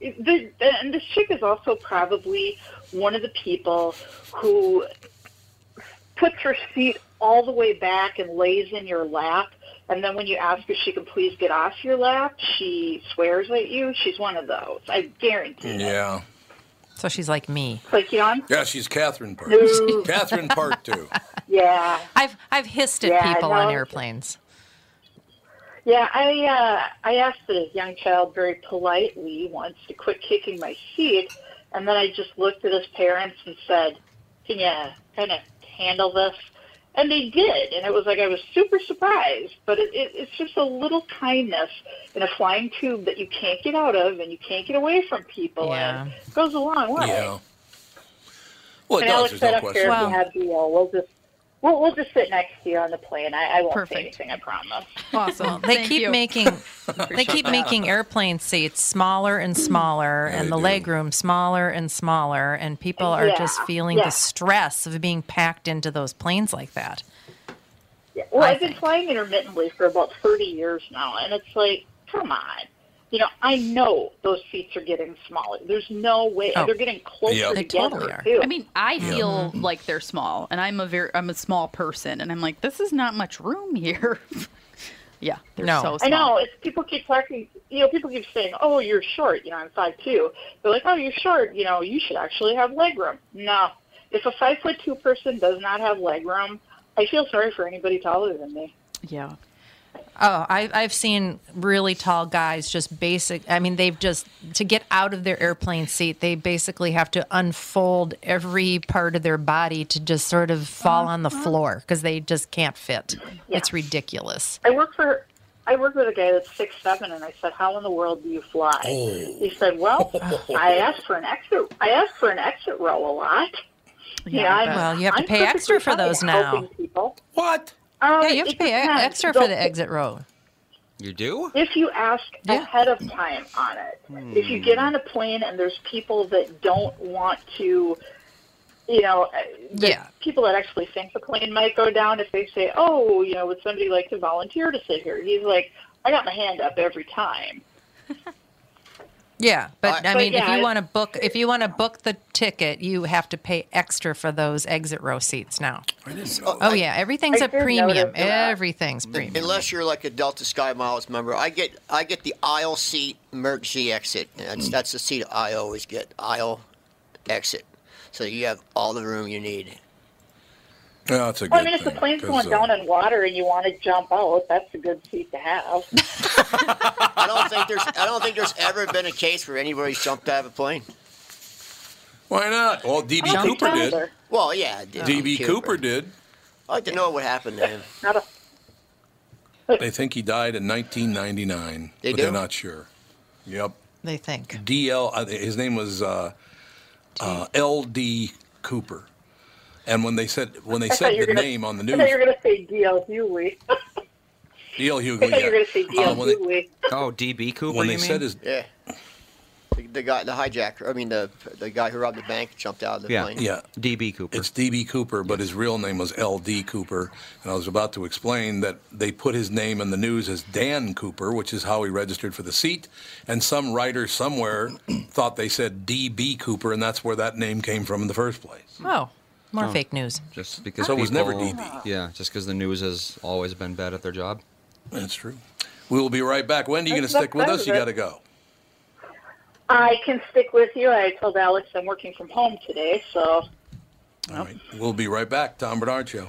N: the, and this chick is also probably one of the people who puts her seat all the way back and lays in your lap. And then when you ask if she can please get off your lap, she swears at you. She's one of those. I guarantee.
H: Yeah.
B: So she's like me.
N: It's like, you know, I'm
H: Yeah, she's Catherine Part.
N: No.
H: Catherine Part Two.
N: Yeah.
B: I've I've hissed at
N: Yeah,
B: people on
N: no.
B: airplanes.
N: Yeah, I uh, I asked a young child very politely once to quit kicking my seat, and then I just looked at his parents and said, "Can you kind of handle this?" And they did, and it was like I was super surprised. But it, it, it's just a little kindness in a flying tube that you can't get out of and you can't get away from people, and it goes a long way.
H: Yeah. Well, it
N: and
H: does.
N: Alex
H: There's
N: said,
H: no
N: "I'm sure
H: question.
N: if you have the deal, we'll just we'll, we'll just sit next to you on the plane. I, I won't
D: Perfect.
N: say anything. I promise."
D: Awesome.
B: They
D: Thank
B: keep
D: you.
B: making they keep
D: that.
B: making airplane seats smaller and smaller and the legroom smaller and smaller and people are just
N: Yeah,
B: feeling
N: yeah.
B: the stress of being packed into those planes like that.
N: Yeah, Well,
B: I
N: I've been flying intermittently for about 30 years now, and it's like, come on. You know, I know those seats are getting smaller. There's no way
D: Oh.
N: they're getting closer
D: Yeah. They
N: together.
D: totally are.
N: too.
D: I mean, I feel like they're small, and I'm a very I'm a small person, and I'm like, this is not much room here. yeah, they're so small.
N: I know. It's people keep talking. You know, people keep saying, "Oh, you're short." You know, I'm five two. They're like, "Oh, you're short." You know, you should actually have leg room. No, if a five foot two person does not have leg room, I feel sorry for anybody taller than me.
D: Yeah.
B: Oh, I, I've seen really tall guys just basic. I mean, they've just to get out of their airplane seat, they basically have to unfold every part of their body to just sort of fall
D: Uh-huh.
B: on the floor because they just can't fit. It's ridiculous.
N: I work for I work with a guy that's six seven, and I said, "How in the world do you fly?" He said, "Well, I asked for an exit. I asked for an exit row a lot."
B: Yeah,
N: I'm-
B: well, you have to
N: I'm
B: pay extra for
N: perfectly
B: those
N: fine at
B: now.
N: helping People.
A: What?
N: Um,
B: yeah, you have
N: it
B: to pay e-
N: depends.
B: extra for
N: Don't-
B: the exit row.
E: You do?
N: If you ask ahead of time on it,
A: Hmm.
N: if you get on a plane and there's people that don't want to, you know, uh, the
B: Yeah.
N: people that actually think the plane might go down, if they say, oh, you know, would somebody like to volunteer to sit here? He's like, I got my hand up every time.
B: Yeah, but I,
N: But
B: mean,
N: yeah,
B: if
N: it-
B: you want to book, if you want to book the ticket, you have to pay extra for those exit row seats now.
C: know
B: oh
C: that.
B: yeah, everything's
C: I
B: a
C: did
B: premium.
C: notice that.
B: Everything's premium.
C: Unless you're like a Delta Sky Miles member, I get I get the aisle seat emergency exit. And That's
A: Mm.
C: that's the seat I always get aisle exit. So you have all the room you need.
A: Yeah, that's a good
N: Well, I mean, if the
A: thing,
N: plane's
A: 'cause,
N: going
A: uh,
N: down in water and you want to jump out, that's a good seat to have.
C: I don't think there's I don't think there's ever been a case where anybody's jumped out of a plane.
A: Why not? Well, DB Cooper did.
C: Well, yeah,
A: DB Cooper did.
C: I'd like to know what happened to him.
A: They think he died in 1999,
C: They
A: but
C: do?
A: they're not sure. Yep.
B: They think.
A: DL, uh, his name was uh, uh, LD Cooper. And when they said when they
N: I thought
A: said
N: you were
A: the
N: gonna-
A: name on the
N: I thought you
A: news,
N: were going to say D.L. Hewley.
A: DL
N: I thought
A: Hughley.
N: you were
A: yeah.
N: going to say D.L.
A: Uh, when they-
N: Hewley.
E: Oh, DB Cooper.
A: When
E: you
A: they
E: mean?
A: said his
C: Yeah. The, the guy, the hijacker. I mean, the the guy who robbed the bank jumped out of the plane.
A: Yeah.
E: DB Cooper.
A: It's DB Cooper, but his real name was LD Cooper. And I was about to explain that they put his name in the news as Dan Cooper, which is how he registered for the seat. And some writer somewhere thought they said DB Cooper, and that's where that name came from in the first place.
B: Oh, more
E: Oh.
B: fake news.
E: Just because
A: So it was never
E: people-
A: DB.
E: Yeah, just because the news has always been bad at their job.
A: That's true. We will be right back. Wendy, you going to
N: That's not
A: stick with
N: bad,
A: us? You
N: is it?
A: got to go.
N: I can stick with you. I told Alex I'm working from home today, so
A: All right. We'll be right back. Tom Bernard Show.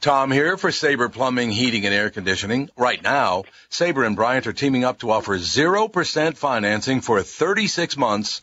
A: Tom here for Sabre Plumbing, Heating, and Air Conditioning. Right now, Sabre and Bryant are teaming up to offer 0% financing for 36 months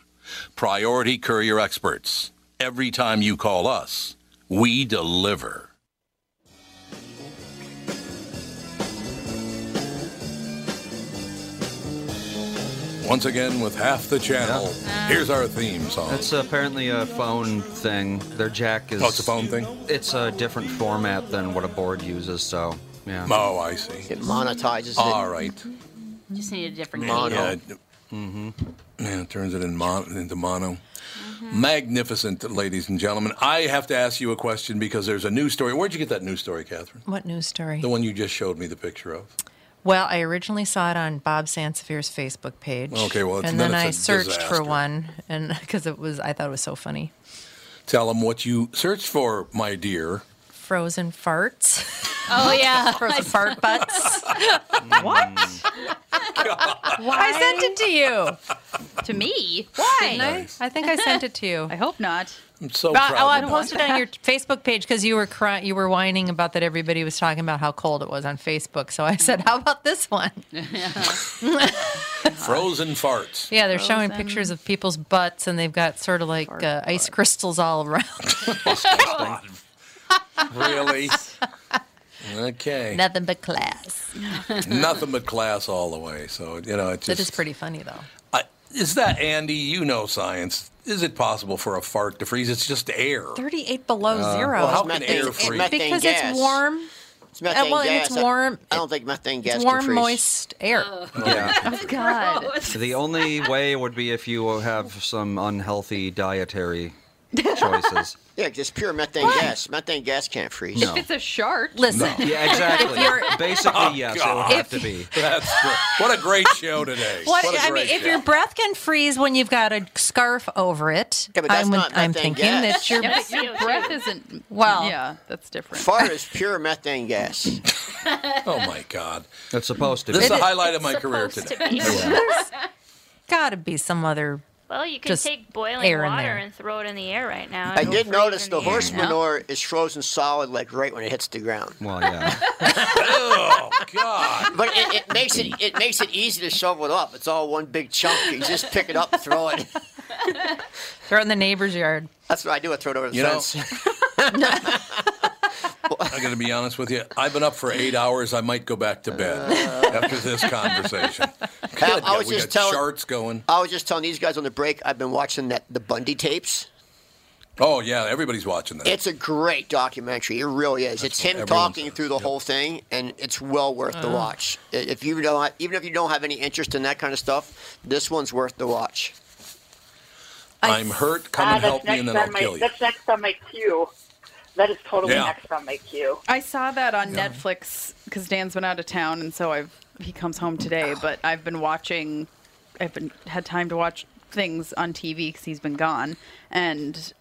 A: Priority Courier Experts. Every time you call us, we deliver. Once again, with half the channel, here's our theme song.
E: That's apparently a phone thing. Their jack is.
A: Oh, it's a phone thing?
E: It's a different format than what a board uses, so yeah.
A: Oh, I see.
C: It monetizes it.
A: All right.
M: Just need a different
A: Yeah,
B: Oh.
M: cable.
A: it- yeah, it turns it in mon- into mono.
B: Mm-hmm.
A: Magnificent, ladies and gentlemen. I have to ask you a question because there's a news story. Where'd you get that news story, Catherine?
B: What news story?
A: The one you just showed me the picture of.
B: Well, I originally saw it on Bob Sansevier's Facebook page.
A: Okay, well, it's-
B: and
A: then
B: then, I
A: it's a
B: searched
A: disaster.
B: for one, and because it was, I thought it was so funny.
A: Tell them what you searched for, my dear.
B: Frozen farts.
M: Oh yeah,
B: frozen fart butts. what? I sent it to you.
M: To me?
B: Why? Didn't I? I think I sent it to you. I
D: hope not.
A: I'm so
B: But-
A: proud.
B: oh, I
A: of
B: posted
A: that.
B: on your Facebook page because you were crying, you were whining about that everybody was talking about how cold it was on Facebook. So I said, "How about this one?"
A: frozen farts.
B: Yeah, they're showing pictures of people's butts, and they've got sort of like uh, ice crystals all around.
A: really? Okay.
B: Nothing but class.
A: Nothing but class all the way. So you know, it
B: That is
A: just
B: pretty funny, though.
A: I, is that Andy? You know science. Is it possible for a fart to freeze? It's just air.
B: Thirty-eight below
A: Uh,
B: zero.
A: well, how can air freeze?
B: because it's warm.
C: It's methane
B: Uh, well, and
C: gas.
B: it's warm.
C: I don't think methane gas
B: It's
C: can
B: warm,
C: freeze.
B: moist air.
E: Yeah.
B: Oh, God.
E: The only way would be if you have some unhealthy dietary choices.
C: Yeah, just pure methane gas. Methane gas can't freeze.
E: No. If it's
D: a shark.
B: Listen.
E: Yeah, exactly. Basically,
A: Oh,
E: yes, it would
A: God.
E: have to be.
A: That's great. what a great show today.
B: What,
A: a
B: I mean,
A: great
B: if
A: show.
B: your breath can freeze when you've got a scarf over it,
C: Yeah, but that's
B: I'm,
C: not
B: I'm
C: methane
B: thinking
C: gas.
B: that your
D: Yeah, but your breath isn't. Well, yeah, that's different.
C: Fart is pure methane gas.
A: oh my God.
E: That's supposed to
A: This
E: be.
A: is the highlight of my career today.
B: There's got to be some other.
J: Well, you can
B: Just
J: take boiling
B: air in
J: water
B: there.
J: and throw it in the air right now.
C: I
J: and
C: did
J: it'll freeze
C: notice
J: in
C: the
J: air.
C: horse manure is frozen solid, like right when it hits the ground.
E: Well, yeah.
C: oh
A: God!
C: But it, it makes it it makes it easy to shovel it up. It's all one big chunk. You just pick it up and throw it.
B: Throw it in the neighbor's yard.
C: That's what I do. I throw it over the
A: You know-
C: fence.
A: I'm going to be honest with you. I've been up for eight hours. I might go back to bed
C: Uh.
A: after this conversation. Good.
C: I
A: God,
C: was
A: we
C: just
A: got
C: telling-
A: charts going.
C: I was just telling these guys on the break. I've been watching that the Bundy tapes.
A: Oh yeah, everybody's watching that.
C: It's a great documentary. It really is. it's him
A: everyone
C: talking through the whole thing, and it's well worth the
A: Uh.
C: watch. I- If you don't, even if you don't have any interest in that kind of stuff, this one's worth the watch.
A: I'm hurt. Come
N: Ah,
A: and
N: that's
A: help me, and
N: next
A: then I'll
N: on my-
A: kill you.
N: That's next on my queue. That is totally
A: Yeah.
N: next on my queue.
D: I saw that on
N: Yeah.
D: Netflix because Dan's been out of town, and so I've he comes home today. But I've been watching. I've been had time to watch things on TV because he's been gone, and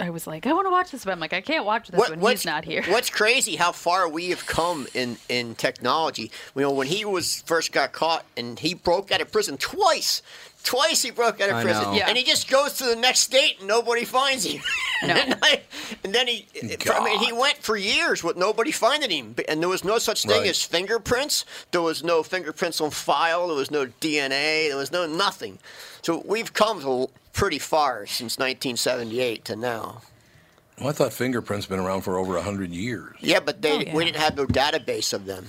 D: I was like, I want to watch this, but I'm like, I can't watch this when he's not here.
C: What's crazy how far we have come in, in technology. You know, when he was first got caught and he broke out of prison twice. Twice he broke out of
E: I
C: prison.
E: know. Yeah.
C: And he just goes to the next state and nobody finds him. and, I- and then he I mean, he went for years with nobody finding him. B- And there was no such thing
A: Right.
C: as fingerprints. There was no fingerprints on file. There was no DNA. There was no nothing. So we've come to pretty far since 1978 to now.
A: Well, Oh, I thought fingerprints been around for over hundred years.
C: Yeah, but they
D: Oh, yeah.
C: we didn't have no database of them.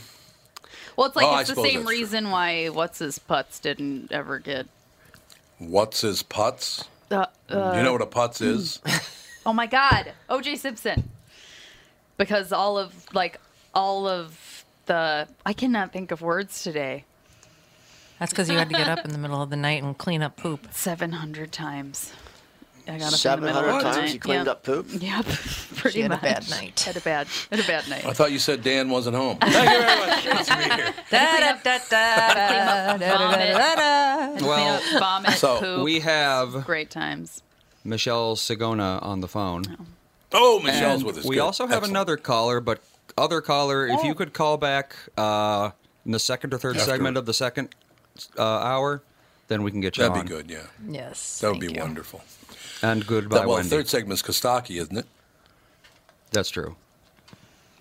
D: Well, it's like
A: Oh, I
D: it's the
A: suppose
D: same
A: that's true.
D: reason why what's his putz didn't ever get.
A: What's his putz?
D: Uh, uh,
A: Do you know what a putz is?
D: Oh my God, O.J. Simpson, because all of like all of the I cannot think of words today.
B: That's because you had to get up in the middle of the night and clean up poop.
D: Seven hundred times. I got up in the
C: Seven
D: middle
C: hundred
D: of the
C: times
D: night.
C: you cleaned
D: Yeah.
C: up poop.
D: Yep, pretty
B: had a
D: much.
B: bad night.
D: Had a bad, had a bad night.
A: I thought you said Dan wasn't home.
E: Well,
D: vomit,
E: so
D: poop.
E: we have
D: great times.
E: Michelle Segona on the phone.
A: Oh, Michelle's
E: And
A: with us.
E: We
A: Good.
E: also have
A: Excellent. Oh.
E: another caller, but other caller, if you could call back uh, in the second or third
A: After.
E: segment of the second uh, hour, then we can get you
A: That'd be
E: on.
A: good, yeah.
B: Yes.
A: That would be wonderful.
E: And goodbye,
A: That, well,
E: Wendy.
A: third segment's Kostaki, isn't it?
E: That's true.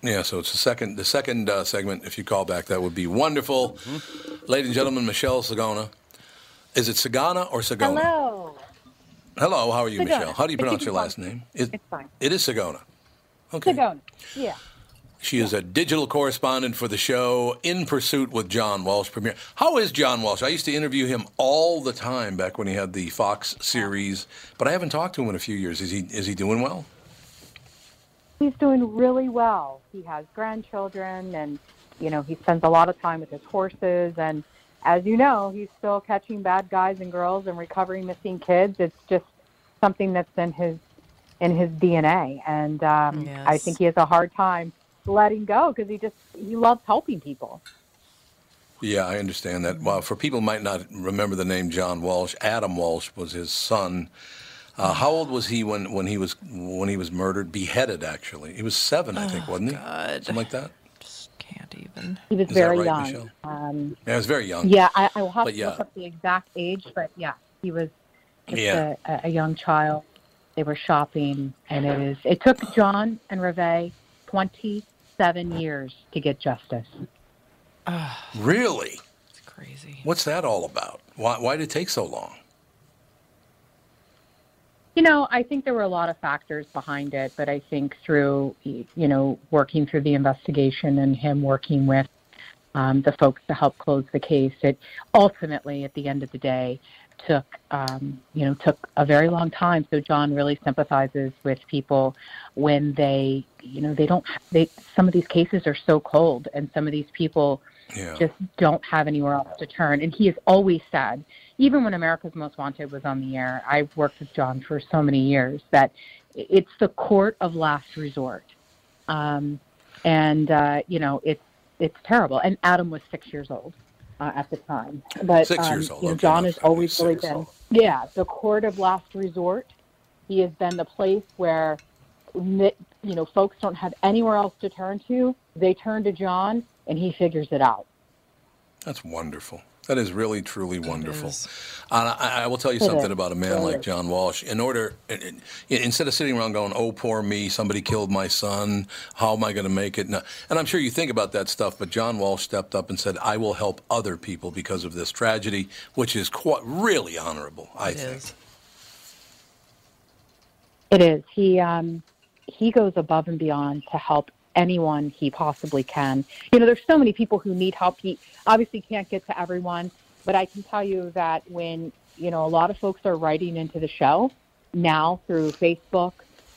A: Yeah, so it's the second the second uh, segment. If you call back, that would be wonderful, ladies and gentlemen. Michelle Sagona, is it Sagana or Sagona?
L: Hello.
A: Hello, how are you,
L: Sagona.
A: Michelle? How do you
L: But you
A: pronounce
L: can
A: your
L: call
A: last name? It,
L: It's fine.
A: it is Sagona.
L: Okay. Sedona. Yeah.
A: She is a digital correspondent for the show In Pursuit with John Walsh Premier. How is John Walsh? I used to interview him all the time back when he had the Fox series, but I haven't talked to him in a few years. Is he is he doing well?
L: He's doing really well. He has grandchildren and, you know, he spends a lot of time with his horses. And as you know, he's still catching bad guys and girls and recovering missing kids. It's just something that's in his in his DNA. And um, I
O: Yes.
L: think he has a hard time letting go because he just he loves helping people.
A: Yeah, I understand that. Well, for people who might not remember the name John Walsh, Adam Walsh was his son. Uh, how old was he when, when he was Oh, when he was murdered, beheaded? Actually, he was seven, I think, wasn't he? Something like that.
B: even.
L: He was
A: Is that
L: very
A: right,
L: young.
A: Michelle?
L: Um,
A: Yeah, I was very young.
L: Yeah, I, I will have
A: But
L: to
A: yeah.
L: look up the exact age, but yeah, he was just
A: Yeah.
L: a, a- a young child. They were shopping, and it is. It took John and Reve twenty-seven years to get justice.
A: Really? It's crazy. What's that all about? Why why did it take so long?
L: You know, I think there were a lot of factors behind it, but I think through, y- you know, working through the investigation and him working with um, the folks to help close the case, it ultimately, at the end of the day, took, um, you know, took a very long time. So John really sympathizes with people when they, you know, they don't, they, some of these cases are so cold and some of these people
A: Yeah.
L: just don't have anywhere else to turn. And he has always said, even when America's Most Wanted was on the air, I worked with John for so many years that it's the court of last resort. Um, and uh, you know, it's it's terrible. And Adam was six years old uh, at the time, but
O: Six
L: um,
O: years old,
L: you know,
O: okay,
L: John
O: not
L: has
O: five,
L: always
O: six
L: really
O: years
L: been
O: old.
L: yeah the court of last resort. He has been the place where mi- you know folks don't have anywhere else to turn to. They turn to John, and he figures it out.
A: That's wonderful. That is really, truly wonderful. And I, I will tell you
L: It
A: something
L: is.
A: about a man
L: It
A: like
L: is.
A: John Walsh. In order, in- in- instead of sitting around going, "Oh, poor me, somebody killed my son. How am I going to make it?" No. And I'm sure you think about that stuff, but John Walsh stepped up and said, "I will help other people because of this tragedy," which is quite really honorable. I think.
L: It is. He um, he goes above and beyond to help anyone he possibly can. You know, there's so many people who need help. He obviously can't get to everyone, but I can tell you that when you know a lot of folks are writing into the show now through Facebook,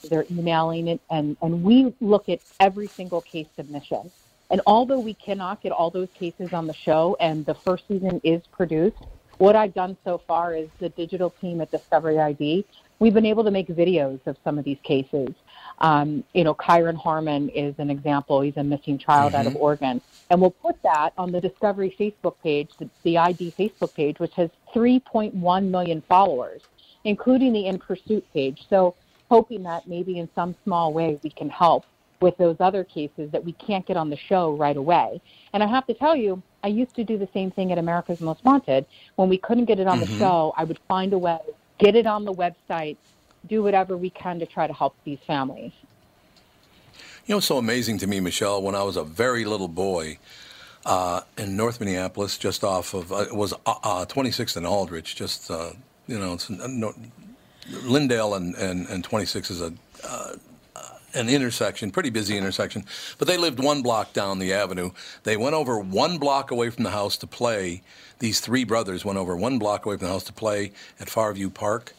L: they're emailing it, and and we look at every single case submission. And although we cannot get all those cases on the show, and the first season is produced, what I've done so far is the digital team at Discovery ID. We've been able to make videos of some of these cases. Um, you know, Kyron Harmon is an example. He's a missing child out of
O: Mhm.
L: Oregon. And we'll put that on the Discovery Facebook page, the, the ID Facebook page, which has 3.1 million followers, including the In Pursuit page. So, hoping that maybe in some small way we can help with those other cases that we can't get on the show right away. And I have to tell you, I used to do the same thing at America's Most Wanted. When we couldn't get it on the
O: Mhm.
L: show, I would find a way, get it on the website, do whatever we can to try to help these families.
A: You know, it's so amazing to me, Michelle, when I was a very little boy uh, in North Minneapolis, just off of, uh, it was uh, uh, 26th and Aldrich, just, uh, you know, it's, uh, no, Lindale and, and, and 26 is a, uh, an intersection, pretty busy intersection, but they lived one block down the avenue. They went over one block away from the house to play. These three brothers went over one block away from the house to play at Farview Park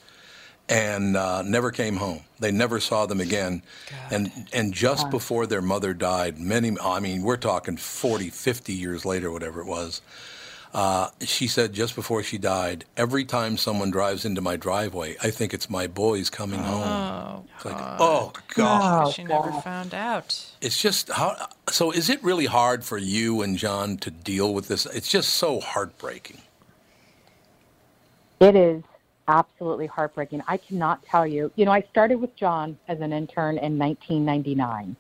A: and uh, never came home. They never saw them again. And and just
H: Wow.
A: before their mother died, many I mean, we're talking 40, 50 years later, whatever it was. Uh, she said just before she died, every time someone drives into my driveway, I think it's my boys coming home. It's like, oh God.
B: she never found out.
A: It's just how. So, is it really hard for you and John to deal with this? It's just so heartbreaking.
L: It is absolutely heartbreaking. I cannot tell you. You know, I started with John as an intern in 1999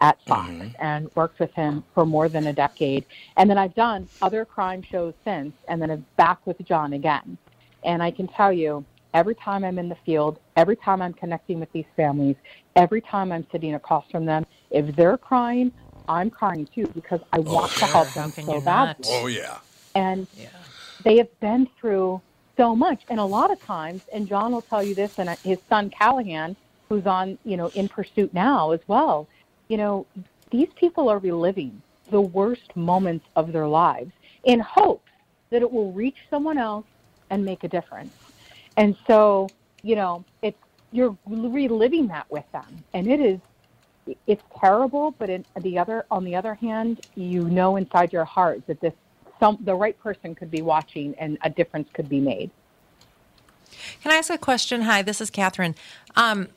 L: at Fox
A: Mm-hmm.
L: and worked with him for more than a decade. And then I've done other crime shows since, and then I'm back with John again. And I can tell you, every time I'm in the field, every time I'm connecting with these families, every time I'm sitting across from them, if they're crying, I'm crying too because I want to help them so badly
A: Oh yeah.
L: and they have been through so much and a lot of times and john will tell you this and his son callahan who's on you know in pursuit now as well you know these people are reliving the worst moments of their lives in hopes that it will reach someone else and make a difference and so you know it's you're reliving that with them and it is it's terrible, but in the other, on the other hand, you know inside your heart that this some the right person could be watching and a difference could be made.
B: Can I ask a question? Hi, this is Catherine. Um,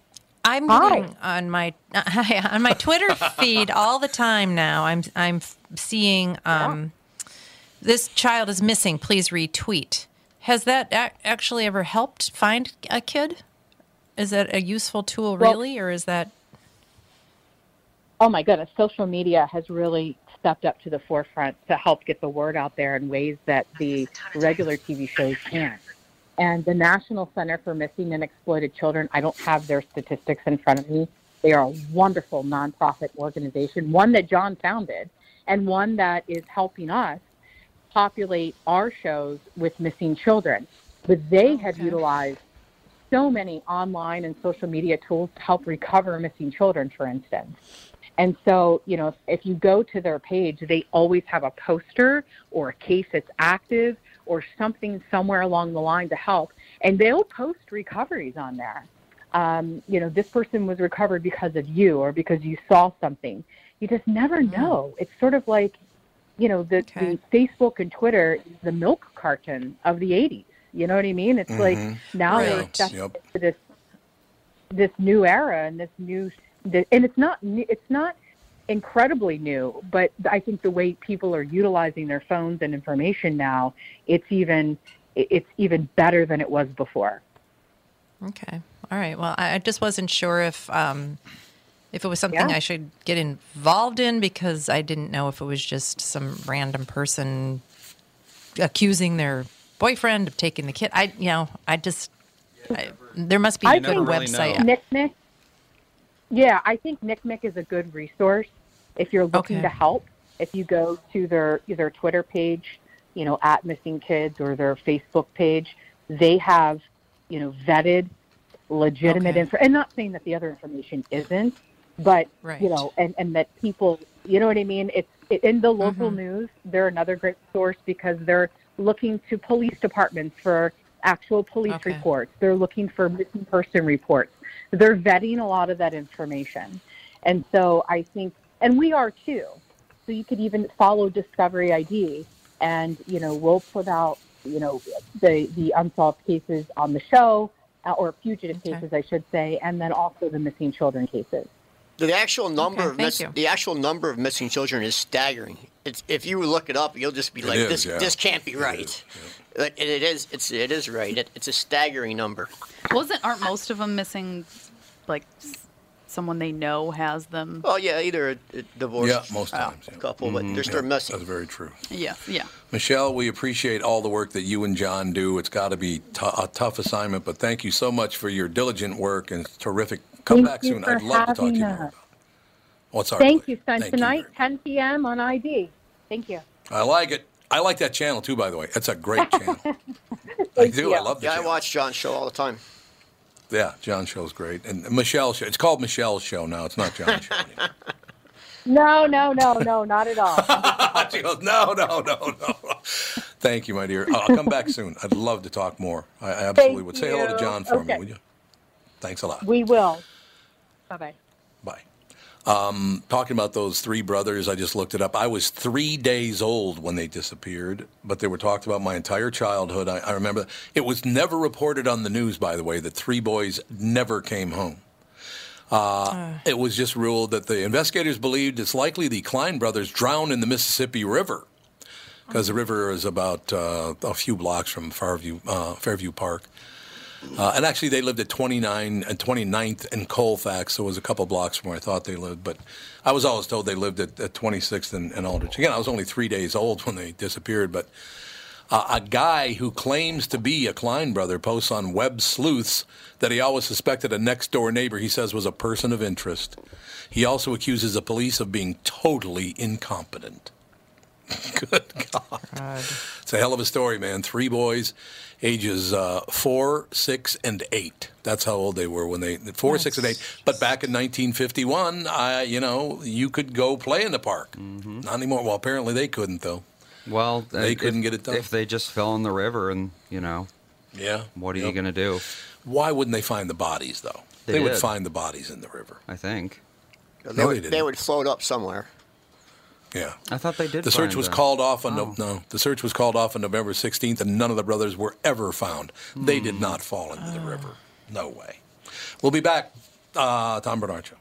B: I'm
L: Hi.
B: getting on my hi, on my Twitter feed all the time now. I'm I'm f- seeing um, this child is missing. Please retweet. Has that ac actually ever helped find a kid? Is that a useful tool,
L: Well-
B: really, or is that
L: Oh my goodness, social media has really stepped up to the forefront to help get the word out there in ways that the regular TV shows can't. And the National Center for Missing and Exploited Children, I don't have their statistics in front of me. They are a wonderful nonprofit organization, one that John founded, and one that is helping us populate our shows with missing children. But they
B: Oh,
L: have utilized so many online and social media tools to help recover missing children, for instance. And so, you know, if you go to their page, they always have a poster or a case that's active or something somewhere along the line to help. And they'll post recoveries on there. Um, you know, this person was recovered because of you or because you saw something. You just never know. It's sort of like, you know, the, the Facebook and Twitter, is the milk carton of the 80s. You know what I mean? It's
A: Mhm.
L: like now
A: Right.
L: we're stepping
A: Yep.
L: into this this new era and this new th- and it's not new- it's not incredibly new but i think the way people are utilizing their phones and information now it's even it- it's even better than it was before
B: Okay. All right. Well, I I just wasn't sure if um, if it was something
L: Yeah.
B: I should get involved in because I didn't know if it was just some random person accusing their boyfriend of taking the kid. I, you know, I just I, there must be
L: I
B: a good
L: think
B: website.
L: Nick Nick. Yeah, I think Nick Nick is a good resource if you're looking to help. If you go to their their Twitter page, you know, at Missing Kids or their Facebook page, they have, you know, vetted legitimate
O: Okay.
L: info. And not saying that the other information isn't, but
O: Right.
L: you know, and and that people, you know what I mean. It's it, in the local
O: Mm-hmm.
L: news. They're another great source because they're looking to police departments for actual police
O: Okay.
L: reports. They're looking for missing person reports. They're vetting a lot of that information, and so I think, and we are too. So you could even follow Discovery ID, and you know we'll put out you know the the unsolved cases on the show, uh, or fugitive cases, I should say, and then also the missing children cases.
C: The actual number of
L: thank
C: miss-
L: you.
C: the actual number of missing children is staggering. It's, if you look it up, you'll just be
L: It
C: like,
L: is,
C: "This
L: yeah.
C: this can't be right." But it- it is. It's it is right. It, it's a staggering number.
D: Wasn't aren't most of them missing, like s- someone they know has them?
C: Oh yeah, either a, a divorced
D: Yeah,
A: most times,
C: uh, couple, but
A: Mhm.
C: they're still
A: Yeah,
C: missing.
A: That's very true.
D: Yeah, yeah.
A: Michelle, we appreciate all the work that you and John do. It's got to be t- a tough assignment, but thank you so much for your diligent work and terrific. Come
L: Thank
A: back
L: you
A: soon.
L: for
A: I'd love to talk
L: having
A: to you.
L: us.
A: More. What's our
L: Thank you, son.
A: Thank you
L: Tonight, 10 p.m. on ID. Thank you.
A: I like it. I like that channel too, by the way. That's a great channel. I do. I love the
C: Yeah, I
A: channel.
C: watch John's show all the time.
A: Yeah, John show's great. And Michelle's show. It's called Michelle's show now. It's not John's show.
L: No, no, no, no, not at all.
A: she goes, no, no, no, no. Thank you, my dear. Uh, I'll I'll come back soon. I'd love to talk more. I I absolutely
L: Thank
A: would. Say hello to
L: you.
A: John for me,
L: Okay.
A: would you? Thanks a lot.
L: we will. Bye bye.
A: Um, talking about those three brothers, I just looked it up. I was three days old when they disappeared, but they were talked about my entire childhood. I, I remember it was never reported on the news, by the way, that three boys never came home. Uh,
L: Ah.
A: it was just ruled that the investigators believed it's likely the Klein brothers drowned in the Mississippi River because the river is about uh, a few blocks from Fairview, uh, Fairview Park. Uh, and actually, they lived at 29 and 29th and Colfax, so it was a couple blocks from where I thought they lived. But I was always told they lived at, at 26th and, and Aldrich. Again, I was only three days old when they disappeared, but uh, a guy who claims to be a Klein brother posts on Web Sleuths that he always suspected a next door neighbor he says was a person of interest. He also accuses the police of being totally incompetent. Good God. It's a hell of a story, man. Three boys, ages uh, four, six, and eight. That's how old they were when they four, six, and eight. But back in 1951, I, you know, you could go play in the park.
E: Mm-hmm.
A: Not anymore. Well, apparently they couldn't though.
E: Well,
A: They
E: uh,
A: couldn't
E: if-
A: get it done.
E: If they just fell in the river and, you know,
A: Yeah.
E: what are you
A: Yep.
E: going to do?
A: Why wouldn't they find the bodies though?
E: They
A: would
E: did.
A: find the bodies in the river.
E: I think.
C: They,
A: No, they
C: would,
A: didn't.
C: they would float up somewhere.
A: Yeah.
E: I thought they did.
A: The search
E: find
A: was
E: them. Oh.
A: called off on no, no. The search was called off on November 16th, and none of the brothers were ever found.
E: Hmm.
A: They did not fall into the river. No way. We'll be back. Uh, Tom Bernard Show.